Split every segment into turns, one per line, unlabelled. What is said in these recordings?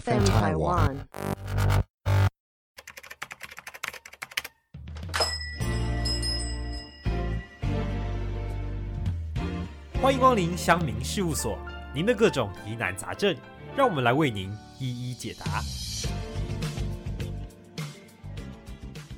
FM Taiwan.
欢迎光临乡民事务所，您的各种疑难杂症，让我们来为您一一解答。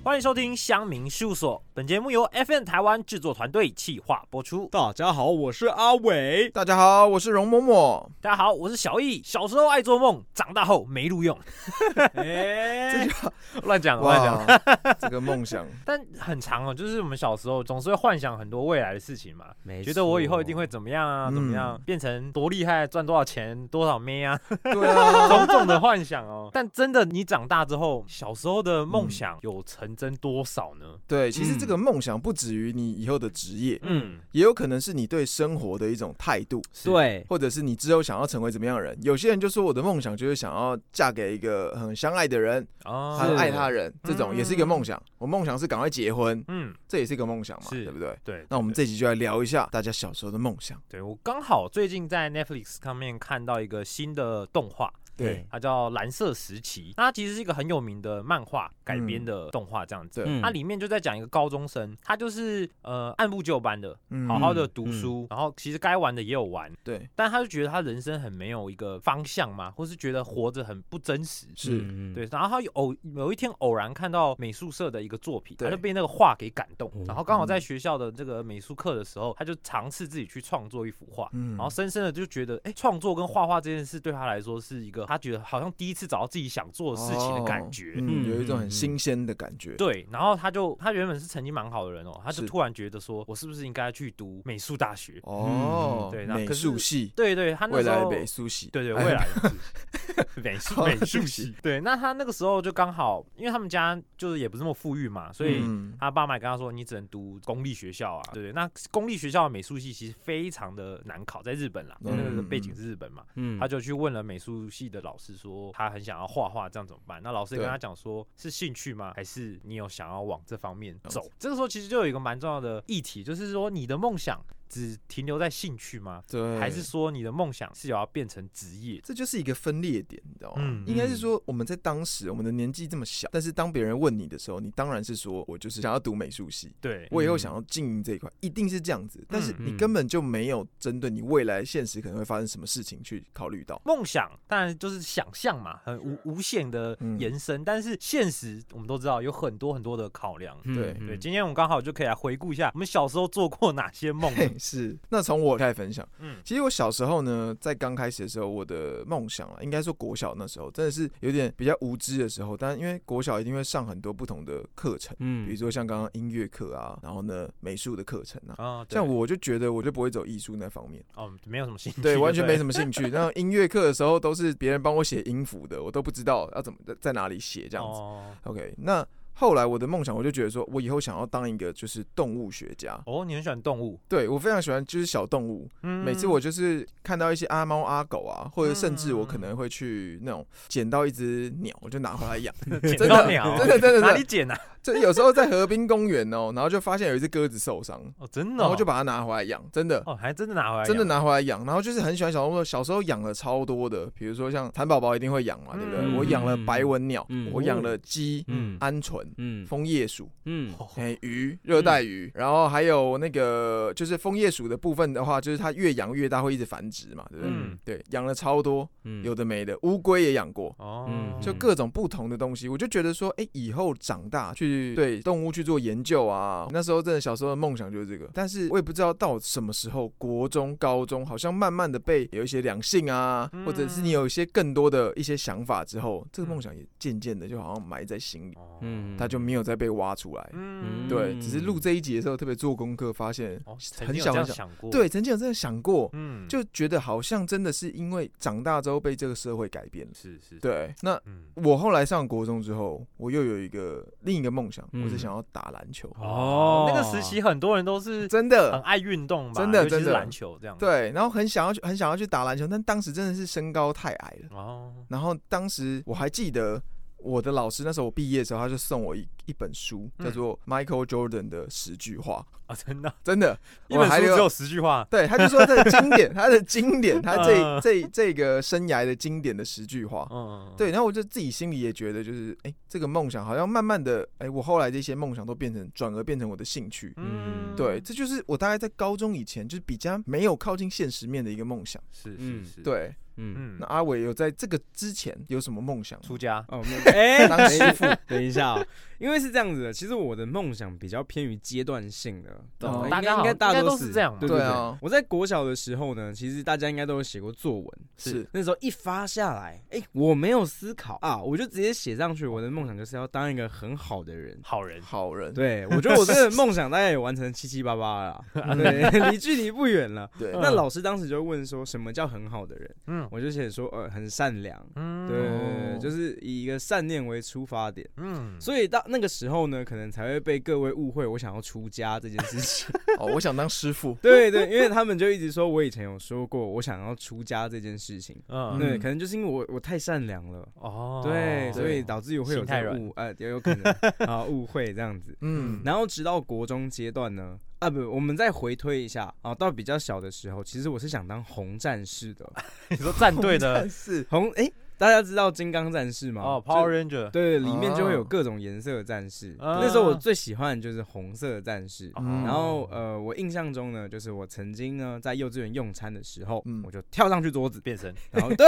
欢迎收听乡民事务所，本节目由 FN 台湾制作团队企划播出。
大家好，我是阿伟。
大家好，我是容嬷嬷。
大家好，我是小易。小时候爱做梦，长大后没路用。
这
哎
句话，
乱讲乱讲，
哇，这个梦想，
但很长哦，就是我们小时候总是会幻想很多未来的事情嘛，
没
觉得我以后一定会怎么样啊，
嗯
怎么样，变成多厉害，赚多少钱，多少妹啊，
对啊，
种种的幻想哦。 但真的，你长大之后，小时候的梦想有成真多少呢？
对，其实这个梦想不止于你以后的职业，
嗯，
也有可能是你对生活的一种态度，
对，
或者是你之后想要成为怎么样的人。有些人就说我的梦想就是想要嫁给一个很相爱的人，
哦
很爱他的人，这种
嗯
也是一个梦想。我梦想是赶快结婚，
嗯，
这也是一个梦想嘛，
是
对不对？
对。
那我们
对
这集就来聊一下大家小时候的梦想。
对我刚好最近在 Netflix 上面看到一个新的动画，
对
它叫《蓝色时期》，那它其实是一个很有名的漫画改编的动画这样子。
对，
嗯
它里面就在讲一个高中生，他就是呃按部就班的，
嗯
好好的读书，然后其实该玩的也有玩，
对，
但他就觉得他人生很没有一个方向嘛，或是觉得活着很不真实。
是，
嗯，
对，然后他有偶有一天偶然看到美术社的一个作品，他
对嗯
就被那个画给感动
哦，
然后刚好在学校的这个美术课的时候，他就尝试自己去创作一幅画，
嗯
然后深深的就觉得，哎，创作跟画画这件事对他来说是一个他觉得好像第一次找到自己想做的事情的感觉。
哦嗯
嗯
有一种很新鲜的感觉。
对，然后他就他原本是成绩蛮好的人哦，他就是突然觉得说，我是不是应该去读美术大学？
哦
嗯，对那
美
可是
术系，
对对，他啊那
未
时
来
候
美术系，
对对，
哎
未来的事 美术美
对
术
不
系
起。
对，那他那个时候就刚好，因为他们家就是也不是那么富裕嘛，所以
嗯
他爸妈也跟他说，你只能读公立学校啊。对对，那公立学校的美术系其实非常的难考，在日本啦，因为那个
嗯
背景是日本嘛。
嗯
他就去问了美术系的老师，说他很想要画画，这样怎么办？那老师也跟
对
他讲说，是兴趣吗？还是你有想要往这方面
了
走
解？
这个时候其实就有一个蛮重要的议题，就是说你的梦想只停留在兴趣吗？
对，
还是说你的梦想是有要变成职业？
这就是一个分裂点，你知道吗？
嗯
应该是说我们在当时我们的年纪这么小，但是当别人问你的时候，你当然是说我就是想要读美术系。
对，
我以后想要经营这一块，一定是这样子。但是
嗯
你根本就没有针对你未来现实可能会发生什么事情去考虑 到。
梦想当然就是想象嘛，很无无限的
嗯
延伸，但是现实我们都知道有很多很多的考量。
嗯
对
对，今天我们刚好就可以来回顾一下我们小时候做过哪些梦。
嘿，是。那从我开始分享，
嗯
其实我小时候呢，在刚开始的时候，我的梦想啊，应该说国小那时候真的是有点比较无知的时候，但因为国小一定会上很多不同的课程，
嗯
比如说像刚刚音乐课啊，然后呢美术的课程啊，
啊，对
像我就觉得我就不会走艺术那方面，
哦，没有什么兴趣，
对，完全没什
么。
么兴 趣。然后音乐课的时候都是别人帮我写音符的，我都不知道要怎么在在哪里写这样子。
哦，
OK，那后来我的梦想，我就觉得说我以后想要当一个就是动物学家。
哦，你很喜欢动物，
对我非常喜欢就是小动物，
嗯
嗯每次我就是看到一些阿猫阿狗啊，或者甚至我可
嗯
能会去那种捡到一只鸟，我就拿回来养。
捡
真
到
的
鸟，
真的真的
哪
真
里
的，
捡啊？
这有时候在河滨公园哦，然后就发现有一只鸽子受伤，
哦，真的哦，
然后就把它拿回来养，真的。
哦，还真的拿回来，
真的，拿回来养，然后就是很喜欢小动物。小时候养了超多的，比如说像蚕宝宝一定会养嘛，对不对？
嗯
我养了白纹鸟，
嗯
我养了鸡、
嗯
鹌鹑、
嗯
枫叶鼠、
嗯
哎、鱼、热带鱼，然后还有那个就是枫叶鼠的部分的话，就是它越养越大，会一直繁殖嘛，对不对？
嗯
对，养了超多，
嗯
有的没的，乌龟也养过。
哦
嗯，
就各种不同的东西，我就觉得说，哎、以后长大去对动物去做研究啊，那时候真的小时候的梦想就是这个。但是我也不知道到什么时候，国中、高中好像慢慢的被有一些两性啊，
嗯
或者是你有一些更多的一些想法之后，这个梦想也渐渐的就好像埋在心里，
哦，
嗯
它就没有再被挖出来。
嗯
对，只是录这一集的时候特别做功课，发现
哦，曾
很
经有
小很
这样
小，
想过，
对，，曾经有真的想过，
嗯，
就觉得好像真的是因为长大之后被这个社会改变了。
是是，，
对，那
嗯，
我后来上国中之后，我又有一个另一个梦想，
嗯
我是想要打篮球，
哦，那啊个时期很多人都是
真
很
的。
爱运动吧，
真的
尤其是
真的
篮球这样。，
对，然后很想要去，很想要去打篮球，但当时真的是身高太矮了。
哦，
然后当时我还记得我的老师那时候我毕业的时候，他就送我一一本书，
嗯
叫做 Michael Jordan 的十句话，
啊，真的，
真的，
一
我
本
还
书只
有
有十句话，
对，他就说他的经典，他的经典，他这
嗯
这这个生涯的经典的十句话。
嗯，
哦对，然后我就自己心里也觉得，就是哎、这个梦想好像慢慢的，哎、我后来这些梦想都变成转而变成我的兴趣。
嗯，嗯，
对，这就是我大概在高中以前，就是比较没有靠近现实面的一个梦想。
是是
嗯
是，，
对，
嗯，
嗯
那，阿伟有在这个之前有什么梦想吗？
出家，
哦，没哎，
当师傅，
等一下啊，因为是这样子的，其实我的梦想比较偏于阶段性的，
懂
应该
大家好
应该哦大
应该
多
都是这样嘛
对
对
对。
啊，
我在国小的时候呢，其实大家应该都有写过作文，
是
那时候一发下来，哎、我没有思考啊，我就直接写上去，我的梦想就是要当一个很好的人。
好人，
好人，
对，我觉得我 这个梦想大概也完成七七八八了啦，对， 离距离不远了。
对
嗯
那老师当时就问说，什么叫很好的人？
嗯
我就写说，呃，很善良，
嗯，
对对，对
哦
对就是以一个善念为出发点。
嗯，
所以到那个时候呢，可能才会被各位误会我想要出家这件事情。，
哦，我想当师傅
对对，因为他们就一直说我以前有说过我想要出家这件事情。
嗯，
对，可能就是因为我我太善良了。
哦，
对，所以
对
导致有会有
心
这
太
个
软
误 呃，也有可能啊误会这样子。
嗯，
然后直到国中阶段呢，啊不，我们再回推一下啊，到比较小的时候，其实我是想当红战士 的。
你说战队的
但是
红诶，大家知道金刚战士吗？
哦
就
，Power Ranger，
对，里面就会有
哦
各种颜色的战士。
啊
那时候我最喜欢的就是红色的战士。
哦
嗯
然后呃，我印象中呢，就是我曾经呢在幼稚园用餐的时候，
嗯
我就跳上去桌子，
变身，
然后对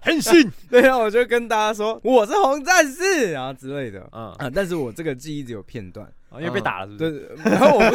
很信，
对，然后我就跟大家说我是红战士，然后之类
哦
的。
嗯，
啊！但是我这个记忆只有片段，
哦因为被打了，是不
对
是？，
然后我不知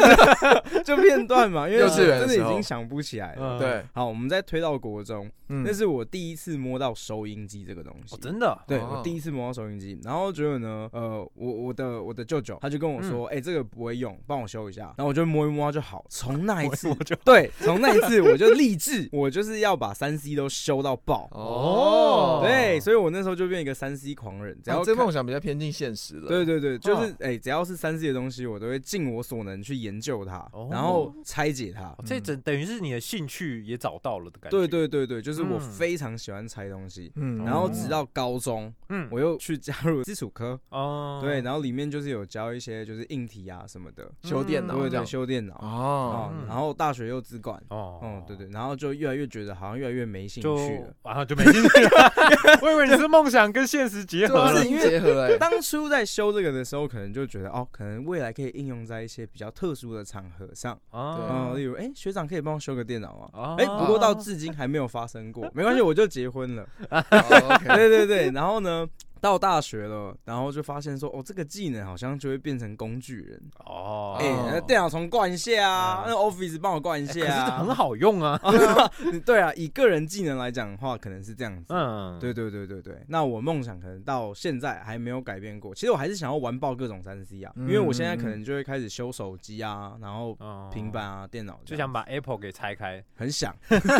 道就 片 段嘛，因为
幼
我
稚园的
真的
时
已
候
经想不起来
嗯
了。
对，
好，我们再推到国中，
嗯
那是我第一次摸到收音机这个东西
哦，。真的，
对
哦
我第一次摸到收音机，然后结果呢，呃，我我的我的舅
嗯
舅他就跟我说，哎、这个不会用，帮我修一下，然后我就摸一摸就好。从那一次，
我就
对，从那一 次我就立志，我就是要把三 C 都修到爆。
哦
对，所以我那时候就变一个三 C 狂人，只
然
要
后哦这
看
梦想比较偏近现实了，
对对
嗯
对，就是哎、只要是三 C 的东西，我都会尽我所能去研究它，
哦
然后拆解它。
哦这
嗯
等等于是你的兴趣也找到了的感觉，
对，对对对，就是我
嗯
非常喜欢拆东西。
嗯
然后直到高中，
嗯，
我又去加入基础科，
哦，
对，然后里面就是有教一些就是硬体啊什么的，
修电
嗯
脑
对
这样
对，修电脑
哦
啊，然后大学又资管，
哦，
嗯，对对，然后就越来越觉得好像越来越没兴
就
趣了。
晚上就没兴趣了。 我以为你是梦想跟现实 结
这
合
个
了
是。因为结 合哎，
当初在修这个的时候，可能就觉得哦，可能未来可以应用在一些比较特殊的场合上，
哦
嗯，例如哎，学长可以帮我修个电脑吗？
哦
哎、不过到至今还没有发生 过，没关系，我就结婚了。
哦，OK
对对对，然后呢，到大学了，然后就发现说，哦，这个技能好像就会变成工具人。
哦，
哎、那电脑虫灌一下啊，那 Office 帮我灌一
哎可是
下
这
啊。
很好用啊。
对啊，以个人技能来讲的话，可能是这样子。
嗯，
对对对对对，那我梦想可能到现在还没有改变过。其实我还是想要玩爆各种三 C
嗯
啊，因为我现在可能就会开始修手机啊，然后
哦，
平板啊、电脑这
就
样，
想把 Apple 给拆开。
很想。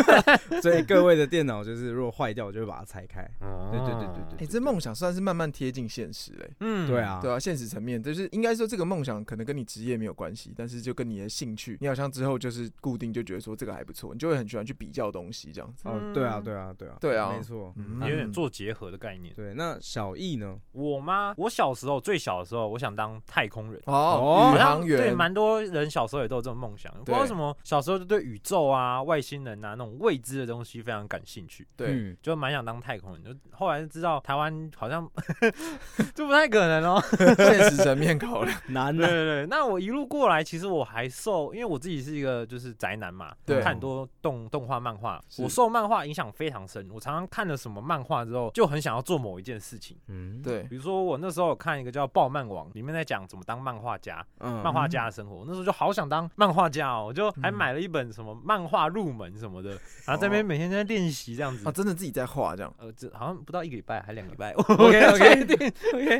所以各位的电脑就是如果坏掉，我就会把它拆开。
对
对对对对
哎，
对，
这梦想算是慢慢贴近现实嘞。
嗯
对，啊，
对啊，现实层面就是应该说这个梦想可能跟你职业没有关系，但是就跟你的兴趣，你好像之后就是固定就觉得说这个还不错，你就会很喜欢去比较东西这样子。
哦，对啊，对啊，对啊，
对啊
没错。
嗯
有点做结合的概念。
对，那小易呢？
我吗？我小时候最小的时候，我想当太空人。
哦，宇
好像
航
对，
员，
蛮多人小时候也都有这种梦想，不知道为什么小时候就对宇宙啊、外星人啊那种未知的东西非常感兴趣。
对，
嗯，
就蛮想当太空人，就后来知道台湾好像 就不太可能哦。
现实层面考量，
难啊
对
的，
对对，那我一路过来，其实我还受，因为我自己是一个就是宅男嘛，
对
看很多动动画漫画，
是
我受漫画影响非常深。我常常看了什么漫画之后，就很想要做某一件事情。
嗯，
对，
比如说我那时候有看一个叫《爆漫王》，里面在讲怎么当漫画家，
嗯
漫画家的生活。我那时候就好想当漫画家哦，我就
嗯
还买了一本什么漫画入门 什么的，然后在那边每天在练习这样子
啊，。真的自己在画这样，
呃，这好像不到一个礼拜，还两个礼拜，
OK，OK
我确定 OK，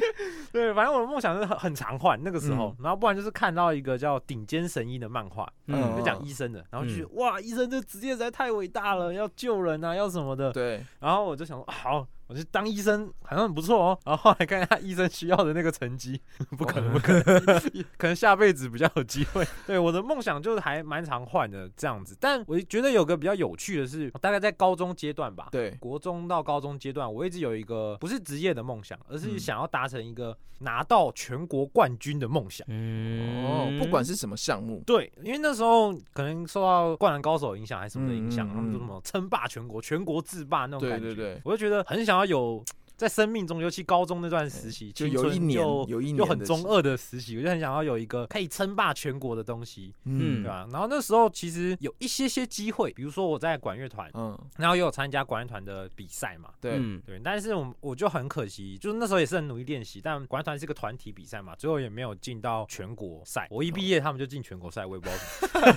对， 反正我的梦想是很很常换那个时候，然后不然就是看到一个叫《顶尖神医》的漫画，
嗯
就
嗯，
讲医生的，然后就觉得哇，医生这职业实在太伟大了，要救人啊，要什么的，
对，
然后我就想说，啊好，我去当医生好像很不错哦。然后后来看一下医生需要的那个成绩， 不可能，不可能， 可能下辈子比较有机会。 对，我的梦想就是还蛮常换的这样子。但我觉得有个比较有趣的是，大概在高中阶段吧，
对，
国中到高中阶段，我一直有一个不是职业的梦想，而是想要达成一个拿到全国冠军的梦想。
嗯
哦，不管是什么项目，
对，因为那时候可能受到《灌篮高手》影响还是什么的影响，
嗯嗯嗯
他们说什么称霸全国、全国制霸那种
对
感觉，
对对，
我就觉得很想要有在生命中，尤其高中那段时期，
就
青
有
春
一年
又
有一年
又
的
很中
事，
二的时期，我就很想要有一个可以称霸全国的东西，对
嗯
嗯
吧、然后那时候其实有一些些机会，比如说我在管乐团，
嗯，
然后也有参加管乐团的比赛嘛，
对，
嗯
对，但是我们我就很可惜，就是那时候也是很努力练习，但管乐团是个团体比赛嘛，最后也没有进到全国赛。我一毕
哦
业，他们就进全国赛，我也不知道为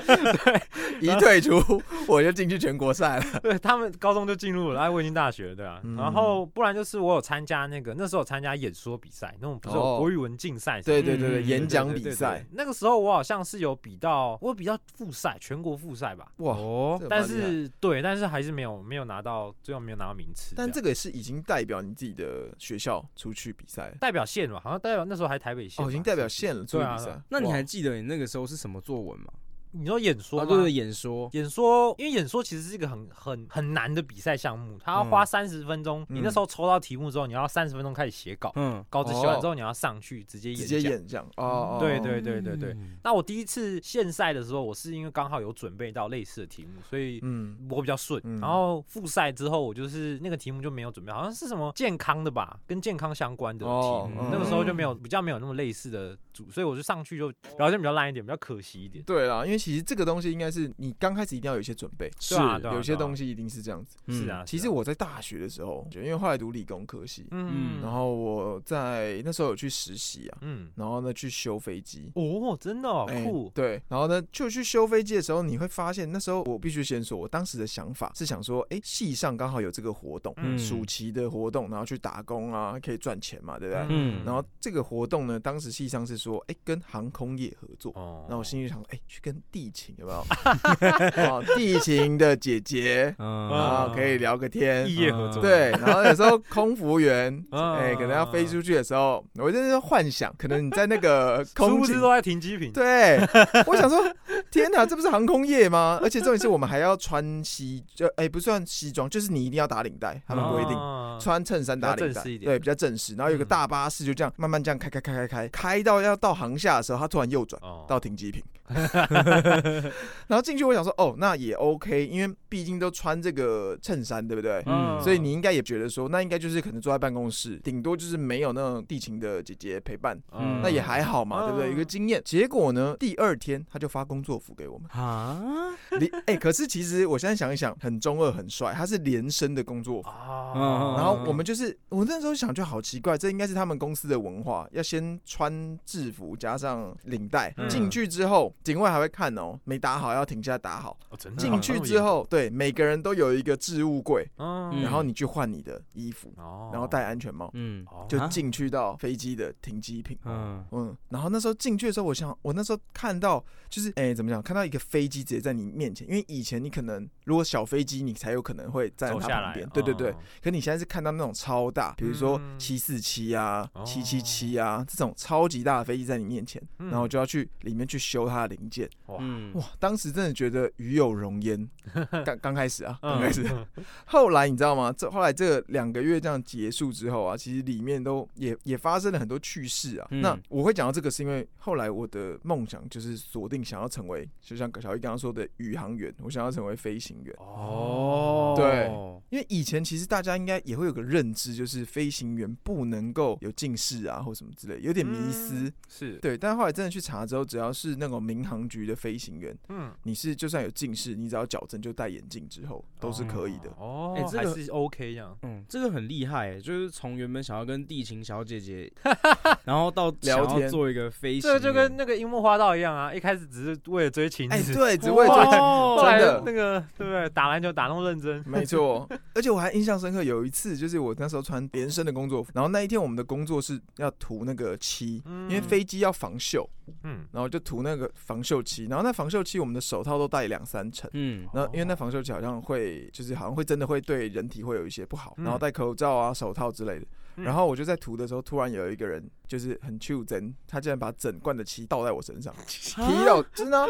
什
一退出我就进去全国赛了，
么。 对他们高中就进入了，哎，我已经大学了，对啊。
嗯
然后不然就是我有参加那个那时候有参加演说比赛，那种不是有
哦
国语文竞赛什么的、
对对对对，
嗯
演讲
对
比。
对对
赛
对，那个时候我好像是有比到，我有比到复赛，全国复赛吧。
哇，
哦，
这蛮
但
厉害
是对，但是还是没有没有拿到，最后没有拿到名次。
但
样
这个是已经代表你自己的学校出去比赛了，
代表县嘛，好像代表那时候还台北县吧。
哦，已经代表县了出
对
去
啊
比赛，
那你
哇
还记得你那个时候是什么作文吗？
你说演说
啊，
吗？
对对，演说。
演说，因为演说其实是一个很很很难的比赛项目，它要花
嗯
三十分钟。你那
嗯
时候抽到题目之后，你要三十分钟开始写稿，
嗯，
稿子写完
哦
之后，你要上去直接
直
演
接
讲。嗯
演讲哦，哦
对
哦
对对对对。
嗯
那我第一次县赛的时候，我是因为刚好有准备到类似的题目，所以
嗯，
我比较顺。
嗯
然后复赛之后，我就是那个题目就没有准备，好像是什么健康的吧，跟健康相关的题目。
哦
嗯
那个时候就没有比较没有那么类似的组，所以我就上去就表现比较烂一点，比较可惜一点。
对啦，因为其实这个东西应该是你刚开始一定要有一些准备，
对啊对啊
有些
对啊
东西一定是这样子。
嗯
是啊，
其
是
实
啊
我在大学的时候，因为后来读理工科系，
嗯，
嗯
然后我在那时候有去实习啊，
嗯，
然后呢去修飞机。
哦，真的、哦、
哎
酷，
对，然后呢，就去修飞机的时候，你会发现，那时候我必须先说，我当时的想法是想说，哎，系上刚好有这个活动，
嗯
暑期的活动，然后去打工啊，可以赚钱嘛，对不对？
嗯
然后这个活动呢，当时系上是说，哎，跟航空业合作，
哦
那我心里想说，哎、去跟地勤有没有？哦，地勤的姐姐，
嗯
然
啊
后可以聊个天
异。业合作，
对，然后有时候空服员，
啊
哎、可能要飞出去的时候，我真的是幻想，可能你在那个
殊
空
不
姐
知都在停机坪，
对，我想说，天哪，这不是航空业吗？ 而且重点是我们还要穿西，就哎、不算西装，就是你一定要打领带，他们规定。
啊
穿衬衫打领
比较
带，
正式一点
对，比较正式。然后有个
嗯
大巴士就这样慢慢这样开开开开开，开到要到航厦的时候，他突然右转
哦
到停 机坪，然后进去我想说，哦，那也 OK，因为毕竟都穿这个衬衫，对不对？
嗯。
所以你应该也觉得说，那应该就是可能坐在办公室，顶多就是没有那种地勤的姐姐陪伴，
嗯
那也还好嘛，
嗯
对不对？有个经验。结果呢，第二天他就发工作服给我 们
啊，
你哎、可是其实我现在想一想，很中二，很帅，他是连身的工作服。
啊，
然后
嗯
我们就是，我那时候想就好奇怪，这应该是他们公司的文化，要先穿制服加上领带，
嗯
进去之后警卫还会看哦，没打好要停下打好。
哦真的
进去之，后，对每个人都有一个置物柜，
哦那么严格嗯
然后你去换你的衣服，
哦
然后戴安全帽，
嗯
哦
就
啊
进去到飞机的停机坪。
嗯
嗯，然后那时候进去的时候，我想，我那时候看到就是，哎、怎么讲？看到一个飞机直接在你面前，因为以前你可能如果小飞机，你才有可能会站
走
在
下
它旁
来
边，，对对对。
嗯，
可你现在是看到那种超大，比如说
嗯
七四七啊、
哦
七七七啊这种超级大的飞机在你面前，
嗯
然后就要去里面去修它的零件。
嗯
哇，当时真的觉得与有容 焉。刚刚开始啊，刚
嗯
开始。后来你知道吗？这后来这两个月这样结束之后啊，其实里面都也也发生了很多趣事啊。
嗯
那我会讲到这个，是因为后来我的梦想就是锁定想要成为，就像小一刚刚说的宇航员，我想要成为飞行员。
哦，
对因为以前其实大家应该也会有个认知，就是飞行员不能够有近视啊，或什么之类，有点迷思。
嗯
是，
对，但后来真的去查之后，只要是那种民航局的飞行员，
嗯，
你是就算有近视，你只要矫正就戴眼镜之后都是可以的。
哦
哎，这
还
个
是 OK 这样，
嗯，这个很厉害欸，就是从原本想要跟地勤小姐姐，然后到
聊
想要
天
做一个飞行
这
员，
就跟那个樱木花道一样啊，一开始只是为了追情
哎、
子，
对，只为追
哦
后来
真的
那个对不对？打篮球打那么认真，
没错，而且我还印象深刻，有一次就是我那时候穿连身的工作服，然后那一天我们的工作是要涂那个漆，因为
嗯
飞机要防锈，
嗯，
然后就涂那个防锈漆，然后那防锈漆我们的手套都戴两三层。
嗯
然后
哦
因为那防锈漆好像会，就是好像会真的会对人体会有一些不好，
嗯
然后戴口罩啊、手套之类的。
嗯
然后我就在涂的时候，突然有一个人就是很求真，他竟然把整罐的漆倒在我身 上，踢到真的啊，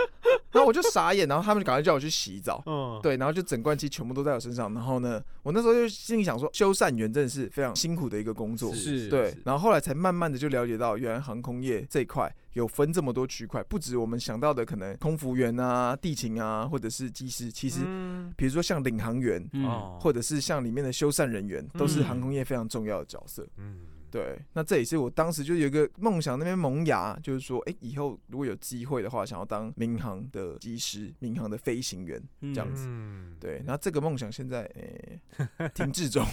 然后我就傻眼，然后他们赶快叫我去洗澡。
嗯，
对，然后就整罐漆全部都在我身上。然后呢，我那时候就心里想说，修缮员真的是非常辛苦的一个工作。
是
对
是，
然后后来才慢慢的就了解到，原来航空业这一块有分这么多区块，不止我们想到的可能空服员啊、地勤啊，或者是机师。其实，
嗯
比如说像领航员，
嗯，
哦，
或者是像里面的修缮人员，都是
嗯
航空业非常重要的角色。
嗯，
对，那这也是我当时就有一个梦想，那边萌芽，就是说，哎、以后如果有机会的话，想要当民航的机师、民航的飞行员。
嗯
这样子
嗯，
对，然后这个梦想现在诶、停滞中，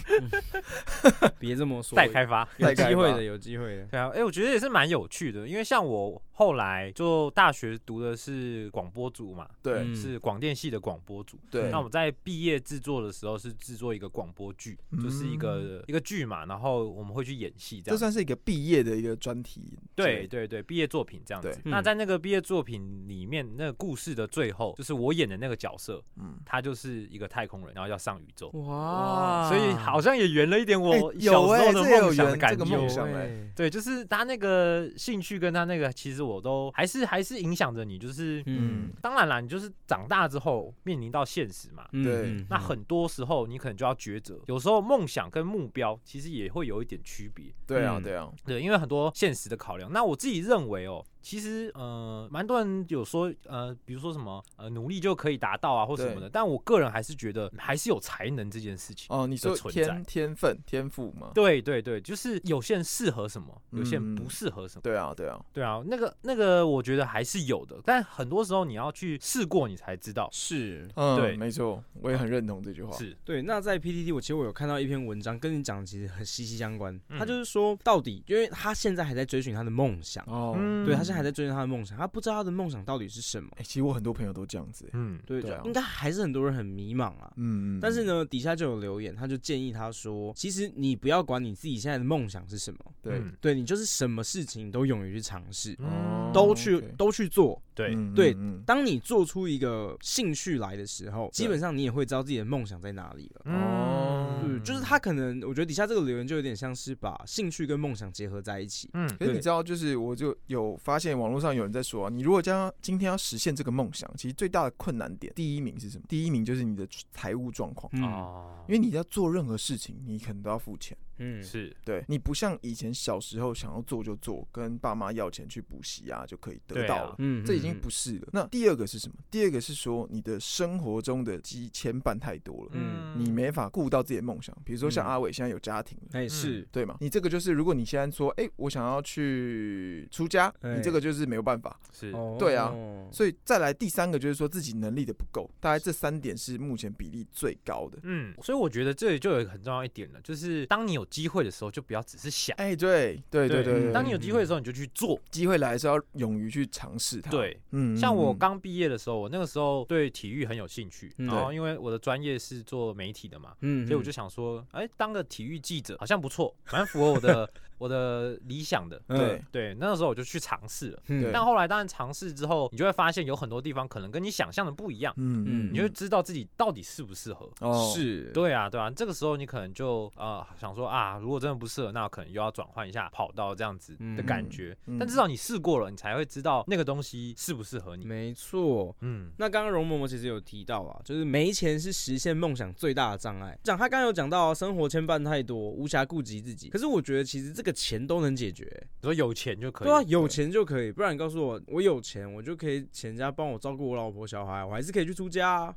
别这么说，
待开发。
有
待开
机会
吧
的，有机会的。
啊对啊，哎、我觉得也是蛮有趣的，因为像我后来就大学读的是广播组嘛，
对、
嗯
是广电系的广播组。
对
那我们在毕业制作的时候是制作一个广播剧，就是一个
嗯
一个剧嘛，然后我们会去演戏这
这
样子。
算是一个毕业的一个专题之
对
类的。
对对，毕业作品这样子
对。
那
嗯
在那个毕业作品里面，那个故事的最后，就是我演的那个角色，
嗯，
他就是一个太空人，然后要上宇宙，
哇
所以好像也圆了一点我
啊哎
小时
有哎
候的
这也有
梦想的
圆
感
这
觉
个。梦想哎
嗯
对，就是他那个兴趣跟他那个，其实我都还是还是影响着你。就是
嗯
嗯，
当然啦，你就是长大之后面临到现实嘛，
嗯
对
嗯
那很多时候你可能就要抉择。有时候梦想跟目标其实也会有一点区别，
对啊
嗯
对啊，
对，因为很多现实的考量。那我自己认为哦，其实呃，蛮多人有说呃，比如说什么呃，努力就可以达到啊，或什么的。但我个人还是觉得还是有才能这件事情。
哦，你说
存在
天天分天赋吗？
对对对，就是有些人适合什么，有些人
嗯
不适合什么。
对啊对啊，
对啊，那个那个，我觉得还是有的，但很多时候你要去试过，你才知道。
是。
对
嗯，没错，我也很认同这句话。
是，
对，那在 PTT 我其实我有看到一篇文章，跟你讲其实很息息相关。
嗯
他就是说，到底因为他现在还在追寻他的梦想，
哦，
嗯
对他现在还在追寻他的梦想，他不知道他的梦想到底是什么。
哎、其实我很多朋友都这样子、欸，
嗯，
对，
对啊
就应该还是很多人很迷茫啊。
嗯，
但是，呢，底下就有留言，他就建议他说，其实你不要管你自己现在的梦想是什么，
对，
嗯
对你就是什么事情都勇于去尝试，
嗯
都去
OK
都去做。
对，
嗯
对
嗯嗯
当你做出一个兴趣来的时候，基本上你也会知道自己的梦想在哪里了。
嗯
哦
对，就是他，可能，我觉得底下这个留言就有点像是把兴趣跟梦想结合在一起。
嗯，
可是你
对
知道，就是我就有发现网络上有人在说啊，你如果将今天要实现这个梦想，其实最大的困难点，第一名是什么？第一名就是你的财务状况，
嗯
哦，
因为你要做任何事情，你可能都要付钱。
嗯，
是，
对你不像以前小时候想要做就做，跟爸妈要钱去补习啊就可以
对
得
啊
到了，
嗯
这已经不是了。那第二个是什么？第二个是说你的生活中的羁牵绊太多了，
嗯
你没法顾到自己的梦想。比如说像
嗯
阿伟现在有家庭了。
哎是
对嘛？你这个就是，如果你现在说，哎、我想要去出家，
哎
你这个就是没有办法。
是，
哦
对啊所以再来第三个就是说自己能力的不够，大概这三点是目前比例最高的。
嗯，所以我觉得这里就有一个很重要一点了，就是当你有机会的时候，就不要只是想，
哎、对对对
对
对对，嗯
当你有机会的时候，你就去做。
机会来的时候要勇于去尝试它。，
对，
嗯
像我，刚毕业的时候，我那个时候对体育很有兴趣，
嗯
然后因为我的专业是做媒体的嘛，
嗯
所以我就想说，哎，当个体育记者好像不错，蛮符合我的我的理想的。
嗯对，
对，那个时候我就去尝试了。
嗯
对
但后来当然尝试之后，你就会发现有很多地方可能跟你想象的不一样，
嗯
嗯
你就会知道自己到底适不适合。
哦，
是，
对啊，对啊，这个时候你可能就呃想说啊，如果真的不适合，那可能又要转换一下跑道这样子的感觉。
嗯嗯
但至少你试过了，你才会知道那个东西适不适合你。
没错。
嗯，
那刚刚容嬷嬷其实有提到啊，就是没钱是实现梦想最大的障碍。讲她刚刚有讲到、啊、生活牵绊太多，无暇顾及自己。可是我觉得其实这个钱都能解决、欸
你说有钱就可以。
对啊，有钱就可以。不然你告诉我，我有钱，我就可以请人家帮我照顾我老婆小孩，我还是可以去出 家啊。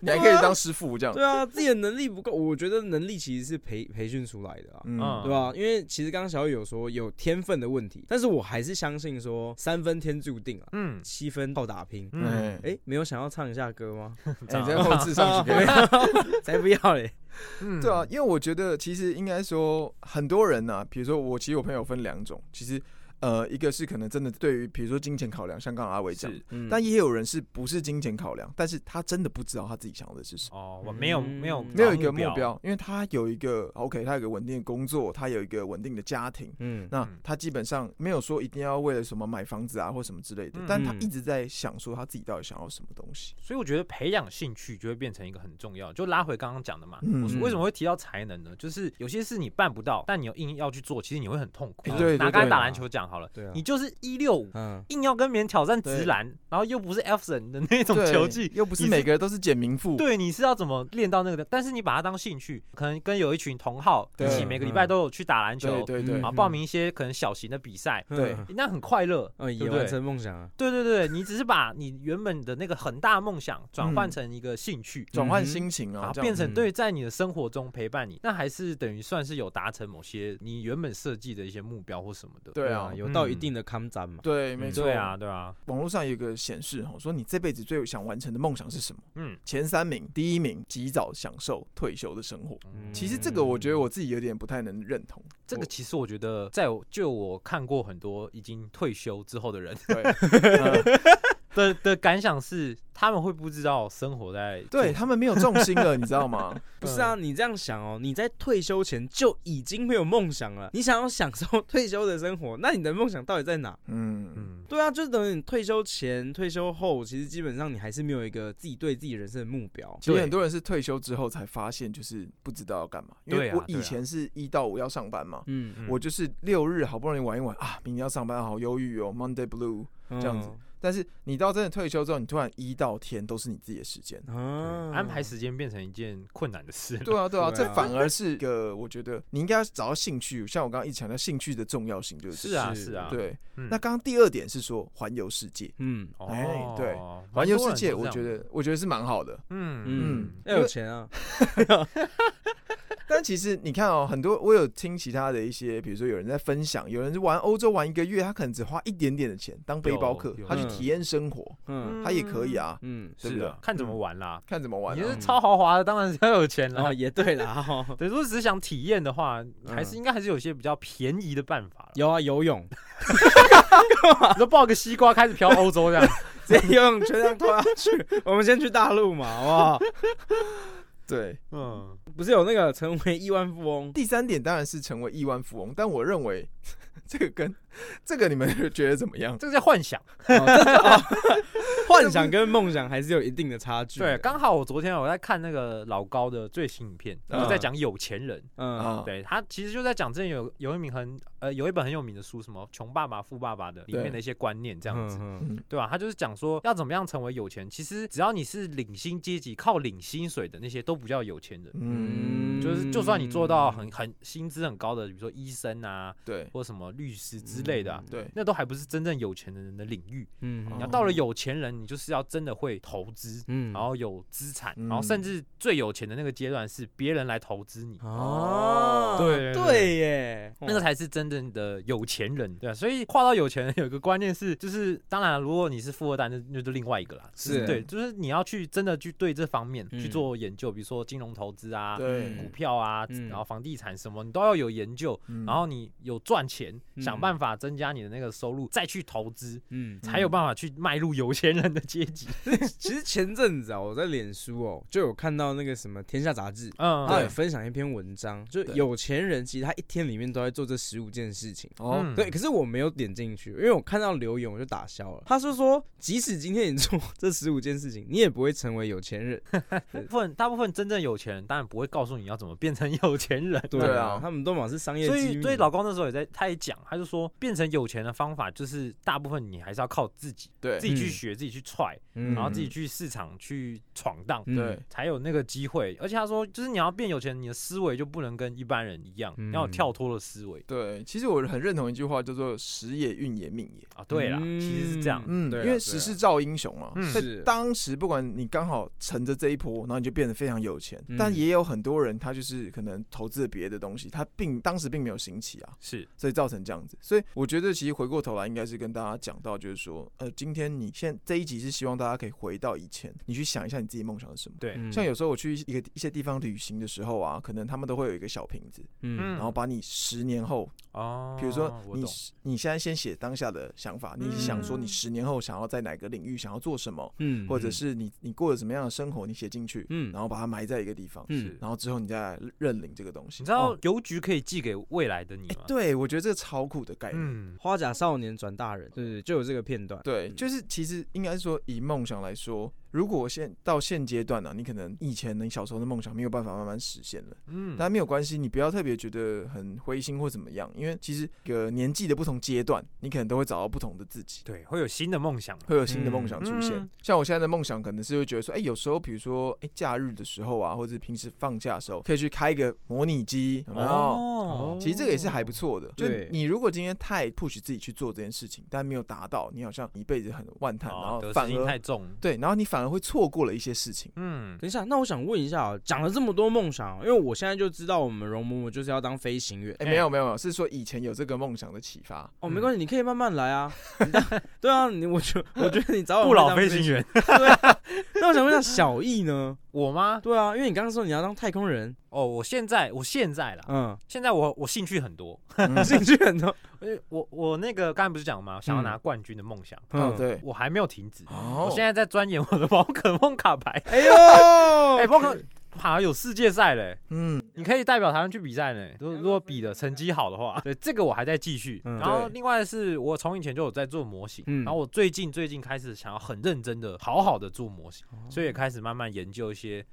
你还可以当师傅这样。
对啊，自己的能力不够，我觉得能力其实是培培训出来的啊。
嗯
对吧？因为其实刚刚小雨有说有天分的问题，但是我还是相信说三分天注定啊，
嗯
七分靠打拼。
嗯，
哎、没有想要唱一下歌吗？
哎你在后置上去可以。
才不要嘞！
嗯
对啊，，因为我觉得其实应该说很多人呐、啊，比如说我，其实我朋友分两种，其实呃，一个是可能真的对于比如说金钱考量，像刚刚阿伟讲，
是
嗯
但也有人是不是金钱考量，但是他真的不知道他自己想要的是什么。
哦，我没有没有
嗯
没有一个目
目
标，因为他有一个 OK，他有一个稳定的工作，他有一个稳定的家庭，
嗯
那
嗯
他基本上没有说一定要为了什么买房子啊或什么之类的
嗯，
但他
嗯
一直在想说他自己到底想要什么东西。
所以我觉得培养兴趣就会变成一个很重要。就拉回刚刚讲的嘛，
嗯
我说为什么会提到才能呢？就是有些事你办不到，但你又硬要去做，其实你会很痛苦。啊
哎对对
拿刚才
对嗯
打篮球讲好了，
对啊
你就是一六五，
嗯
硬要跟别人挑战直
对
篮，然后又不是 F 神的那种
对
球技，
又不是
你是
每个人都是简名副，
对，你是要怎么练到那个的？但是你把它当兴趣，可能跟有一群同好一
对
起，每个礼拜
嗯
都有去打篮球
对，对对
然后报名一些可能小型的比赛，
对
嗯
那很快乐。
哦，
对
也
不对
完成梦想啊，
对对对，你只是把你原本的那个很大梦想转换
嗯
成一个兴趣，
转换心情
然
啊，
后
这
变
样子
成对在你的生活中陪伴你，那还是等于算是有达成某些你原本设计的一些目标或什么的。
对啊，
有到一定的抗战嘛，
对，没错
对。啊，对啊，
网络上有一个显示哈，说你这辈子最想完成的梦想是什么？
嗯，
前三名，第一名及早享受退休的生活。
嗯
其实这个我觉得我自己有点不太能认 同。
这个其实我觉得，在我就我看过很多已经退休之后的人
对，呃
的的感想是，他们会不知道生活在
对
做
他们没有重心了，你知道吗？
不是啊，你这样想哦，你在退休前就已经没有梦想了，你想要享受退休的生活，那你的梦想到底在哪？
嗯，
嗯
对啊，就是等于你退休前、退休后，其实基本上你还是没有一个自己对自己人生的目标。
其实
对
很多人是退休之后才发现，就是不知道要干嘛。因
对
为
啊
我
对
以
啊
前是一到五要上班嘛，
嗯，
嗯
我就是六日好不容易玩一玩啊，明天要上班，好忧郁哦，Monday Blue。
这
样子但是你到真的退休之后，你突然一到天都是你自己的时 间。
啊，
安排时间变成一件困难的事了。
嗯对啊，对啊，
对啊
这反而是一个我觉得你应该要找到兴趣，像我刚刚一直强调兴趣的重要性，就是
是啊，
是
是啊，
对。
嗯
那刚刚第二点是说环游世界，
嗯，
哦
哎，对
蛮
环游
多
世
人
界，
都
我
这
觉
样
得我觉得是蛮好的。
嗯嗯，
要有钱啊，
但其实你看哦，很多我有听其他的一些，比如说有人在分享，有人是玩欧洲玩一个月，他可能只花一点点的钱当背包客
有有，
他去
嗯
体验生活，
嗯
他也可以啊，
嗯，
对不
是
对
啊，看怎么
嗯
玩啦。
看怎么玩嗯
你
啊。
是超豪华的，当然是要有钱
然后
啦。
也对啦， 哦
对，如果只是想体验的话，还
嗯
是应该还是有些比较便宜的办法啦。
有啊，游泳，
你就抱个西瓜开始飘欧洲这样，
直接游泳圈这样拖下去。我们先去大陆嘛，好不好？
对，
嗯，
不是有那个成为亿万富 翁，
第三点当然是成为亿万富翁，但我认为这个跟这个你们 觉得怎么样？
这个叫幻想。
幻想跟梦想还是有一定的差距。
对，，刚好我昨天我在看那个老高的最新影片，
嗯
就在讲有钱人。
嗯
啊，
对他其实就在讲之前有有一名很呃有一本很有名的书，什么《穷爸爸富爸爸》的里面的一些观念这样子，
嗯
对吧、啊他就是讲说要怎么样成为有钱。其实只要你是领薪阶级，靠领薪水的那些都不叫有钱人。
嗯，
就是，就算你做到很很薪资很高的，比如说医生啊，
对
或什么律师之类的啊、
嗯
对，
那都还不是真正有钱的人的领域。
嗯
你要
哦
到了有钱人，你就是要真的会投资，
嗯
然后有资产，
嗯
然后甚至最有钱的那个阶段是别人来投资你，
哦，
对对对
嗯对耶，
那个才是真正的有钱人，对啊。所以跨到有钱人有一个观念是，就是当然如果你是富二代，那那就另外一个啦。
是
对，就是你要去真的去对这方面
嗯
去做研究，比如说金融投资啊、
对
股票啊，
嗯
然后房地产什么，你都要有研究。
嗯
然后你有赚钱，
嗯
想办法增加你的那个收入，再去投资，
嗯，
才有办法去迈入有钱人的阶 级。
其实前阵子啊，我在脸书哦，就有看到那个什么《天下》杂志，
嗯，
他
对
有分享一篇文章，就是
对
有钱人其实他一天里面都在做这十五件事情。
哦，
嗯
对，可是我没有点进去，因为我看到留言我就打消了。他是说，即使今天你做这十五件事情，你也不会成为有钱人。
大部分大部分真正有钱人当然不会告诉你要怎么变成有钱人，
对啊
他们都嘛是商业
所
机
以
密。
所以老高那时候也在他也讲，他就说变成有钱的方法就是大部分你还是要靠自己，
对
自己去学，自己去踹，
嗯，
然后自己去市场去闯荡。
嗯
对，
才有那个机会，而且他说，就是你要变有钱人，你的思维就不能跟一般人一样，
嗯
要有跳脱的思维
对，其实我很认同一句话，叫做“时也，运也，命也”。
啊。对啦，
嗯
其实是这样，
嗯，
对啊
因
对啊
为时势造英雄嘛，
嗯
在
是
当时不管你刚好乘着这一波，然后你就变得非常有钱，
嗯
但也有很多人他就是可能投资了别的东西，他并当时并没有兴起啊，
是
所以造成这样子。所以我觉得其实回过头来，应该是跟大家讲到，就是说，呃，今天你现这一集是希望大家可以回到以前，你去想一下你自己梦想是什么。
对，
嗯
像有时候我去一个一些地方旅行的时候啊，可能他们都会有一个小瓶子，
嗯
然后把你十年后，
哦，
比如说
我
你
懂
十你现在先写当下的想法，你想说你
嗯
十年后想要在哪个领域想要做什么，
嗯
或者是你你过着什么样的生活，你写进去，
嗯
然后把它埋在一个地方，
嗯
然后之后你再来认领这个东西。
你知道
哦？
邮局可以寄给未来的你吗？
哎对，我觉得这个超酷的概念。
嗯，
花甲少年转大人，对对，就有这个片段。
对，
嗯
就是其实应该说，以梦想来说，如果现到现阶段呢、啊，你可能以前你小时候的梦想没有办法慢慢实现了，
嗯，
但没有关系，你不要特别觉得很灰心或怎么样，因为其实一个年纪的不同阶段，你可能都会找到不同的自己。
对，会有新的梦想嘛。啊
会有新的梦想出现。
嗯
像我现在的梦想，可能是会觉得说，哎、有时候比如说，哎、假日的时候啊，或者平时放假的时候，可以去开一个模拟机，有没有？
哦，
其实这个也是还不错的，就
对
你如果今天太 push 自己去做这件事情，但没有达到，你好像一辈子很万叹，然
哦
后
得
反
失心太
而
重。
对，然后你反而会错过了一些事情。
嗯，
等一下，那我想问一下啊，讲了这么多梦想啊，因为我现在就知道我们容嬷嬷就是要当飞行员。
哎、
哎
没有没有没有，是说以前有这个梦想的启 发，
哦，没关系，你可以慢慢来啊。你当对啊，你我觉我觉得你早晚
不
会
老
当
飞行。员，
对啊，那我想问一下小易呢？
我吗？
对啊，因为你刚刚说你要当太空人，
哦，我现在我现在啦，
嗯，
现在我我兴趣很多，
嗯、
兴趣很 多。
哎
呃我我那个刚才不是讲吗？想要拿冠军的梦想，
哦，嗯对，
我还没有停止。
哦
嗯我现在在钻研我的宝可梦卡牌，
哎
哦
呦，
哎，宝可好像有世界赛嘞，
嗯，
你可以代表台湾去比赛呢。如果如果比的成绩好的话，对这个我还在继续。
嗯
然后
对
另外是我从以前就有在做模型，
嗯
然后我最近最近开始想要很认真的、好好的做模型，所以也开始慢慢研究一些。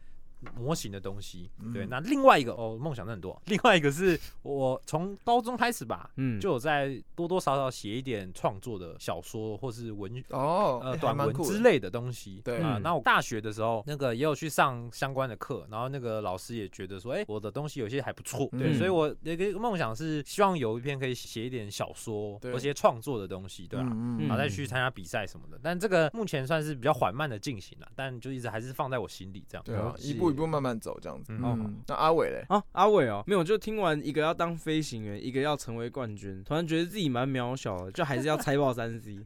模型的东西，对。
嗯
那另外一个哦，梦想真的很多。 另外一个是我从高中开始吧，
嗯，
就有在多多少少写一点创作的小说或是文
哦，
呃
哎还
短
蛮
文
酷的
之类的东西。
对
啊
嗯，
那我大学的时候，那个也有去上相关的课，然后那个老师也觉得说，哎，我的东西有些还不错，对，
嗯
所以我有一个梦想是希望有一篇可以写一点小说
对
或些创作的东西，对啊吧？
嗯
然
嗯
后再去参加比赛什么的，但这个目前算是比较缓慢的进行了，但就一直还是放在我心里这样。
对啊
了，解
一 步一步慢慢走这样子。
嗯
嗯，那阿伟嘞？
啊，阿伟哦，没有，就听完一个要当飞行员，一个要成为冠军，突然觉得自己蛮渺小的，就还是要猜爆三 C，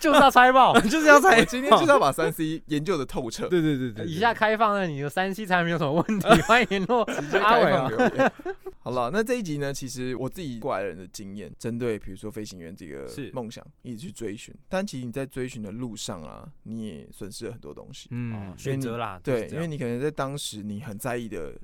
就是要猜爆，
就是要
哎
猜爆。
哦
哦
我今天就是要把三 C 研究的透彻，
对对对对，对
以下开放了你的三 C 产品有什么 问题，欢迎联络
直接
阿伟
开放
啊
给。我。 好了，那这一集呢，其实我自己过来人的经验，针对比如说飞行员这个
是
梦想，一直去追寻。但其实你在追寻的路上啊，你也损失了很多东西。
哦
嗯，
选择啦，就是
对，
这
因为
样
你可能在当时你很在意的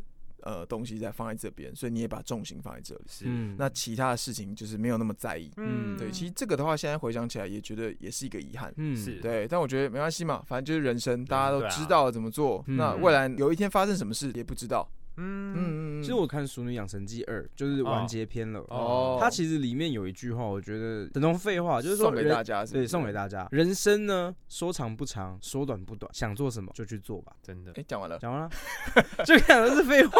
呃东西在放在这边，所以你也把重心放在这里。
是
嗯，
那其他的事情就是没有那么在意。
嗯
对，其实这个的话，现在回想起来也觉得也是一个遗憾。
嗯
是
对，但我觉得没关系嘛，反正就是人生，大家都
对啊
知道了怎么做。
嗯
那未来有一天发生什么事也不知道。嗯
嗯
嗯嗯，
其实我看《熟女养成记二》就是完结篇了，
哦，
它其实里面有一句话，我觉得等同废话，就是说
送给大
人。
家嗯是不是，
对，送给大家。人生呢，说长不长，说短不短，想做什么就去做吧。
真的
哎，讲完了。
讲完了， 就讲的是废话。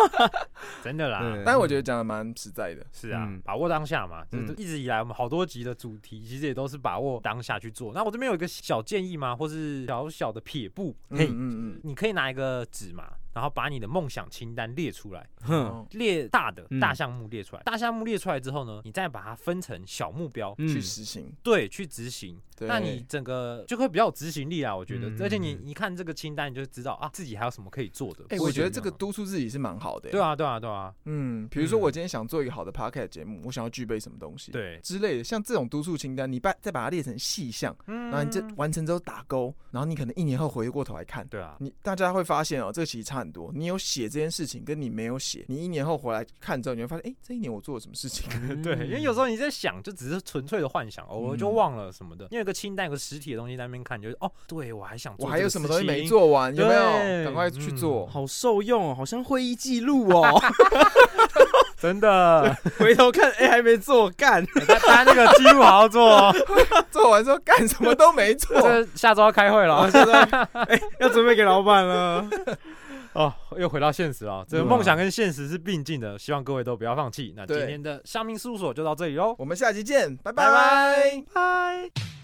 真的啦，
对
啊但我觉得讲的蛮实在的，
是啊，
嗯
把握当下嘛，
嗯
这一直以来我们好多集的主题其实也都是把握当下去做。那我这边有一个小建议吗？或是小小的撇步，嘿，
嗯嗯
你可以拿一个纸嘛，然后把你的梦想清单列出来，
嗯，
哼，
哦
列大的
嗯
大项目列出来，大项目列出来之后呢，你再把它分成小目标。
嗯
去实行。
对，去执行，
对，
那你整个就会比较有执行力啊，我觉得。
嗯
而且你你看这个清单，你就知道啊，自己还有什么可以做的。
哎，
不会
我觉得
那
这个
么
督促自己是蛮好的。
对，啊，对啊，对啊，
嗯，比如说
嗯
我今天想做一个好的 p o c a s t 节目，我想要具备什么东西，
对，
之类的，像这种督促清单，你把再把它列成细项，
嗯
然后你这完成之后打勾，然后你可能一年后回过头来看。
对啊，
你大家会发现哦，这个其实差很多。你有写这件事情，跟你没有写，你一年后回来看之后，你会发现，哎、这一年我做了什么事 情？
对，因为有时候你在想，就只是纯粹的幻想，偶尔就
嗯
忘了什么的。因为有个清单，有个实体的东西在那边看，你就是哦，对我还想做，
我还有什么东西没？做完？有没有？
对
赶快去
嗯
做。
好受用哦，好像会议记录哦。
真的，哎
回头看，哎、还没做，干。
大家那个记录好好做 哦。
做完之后干什么都没做
这。个下周要开会了
老
哦
师说，哎、要准备给老板了。
哦，又回到现
嗯
实了哦。这个
对啊
梦想跟现实是并进的，希望各位都不要放弃。那今
对
天的香民事务所就到这里喽，
我们下期见，拜
哦拜
拜
拜。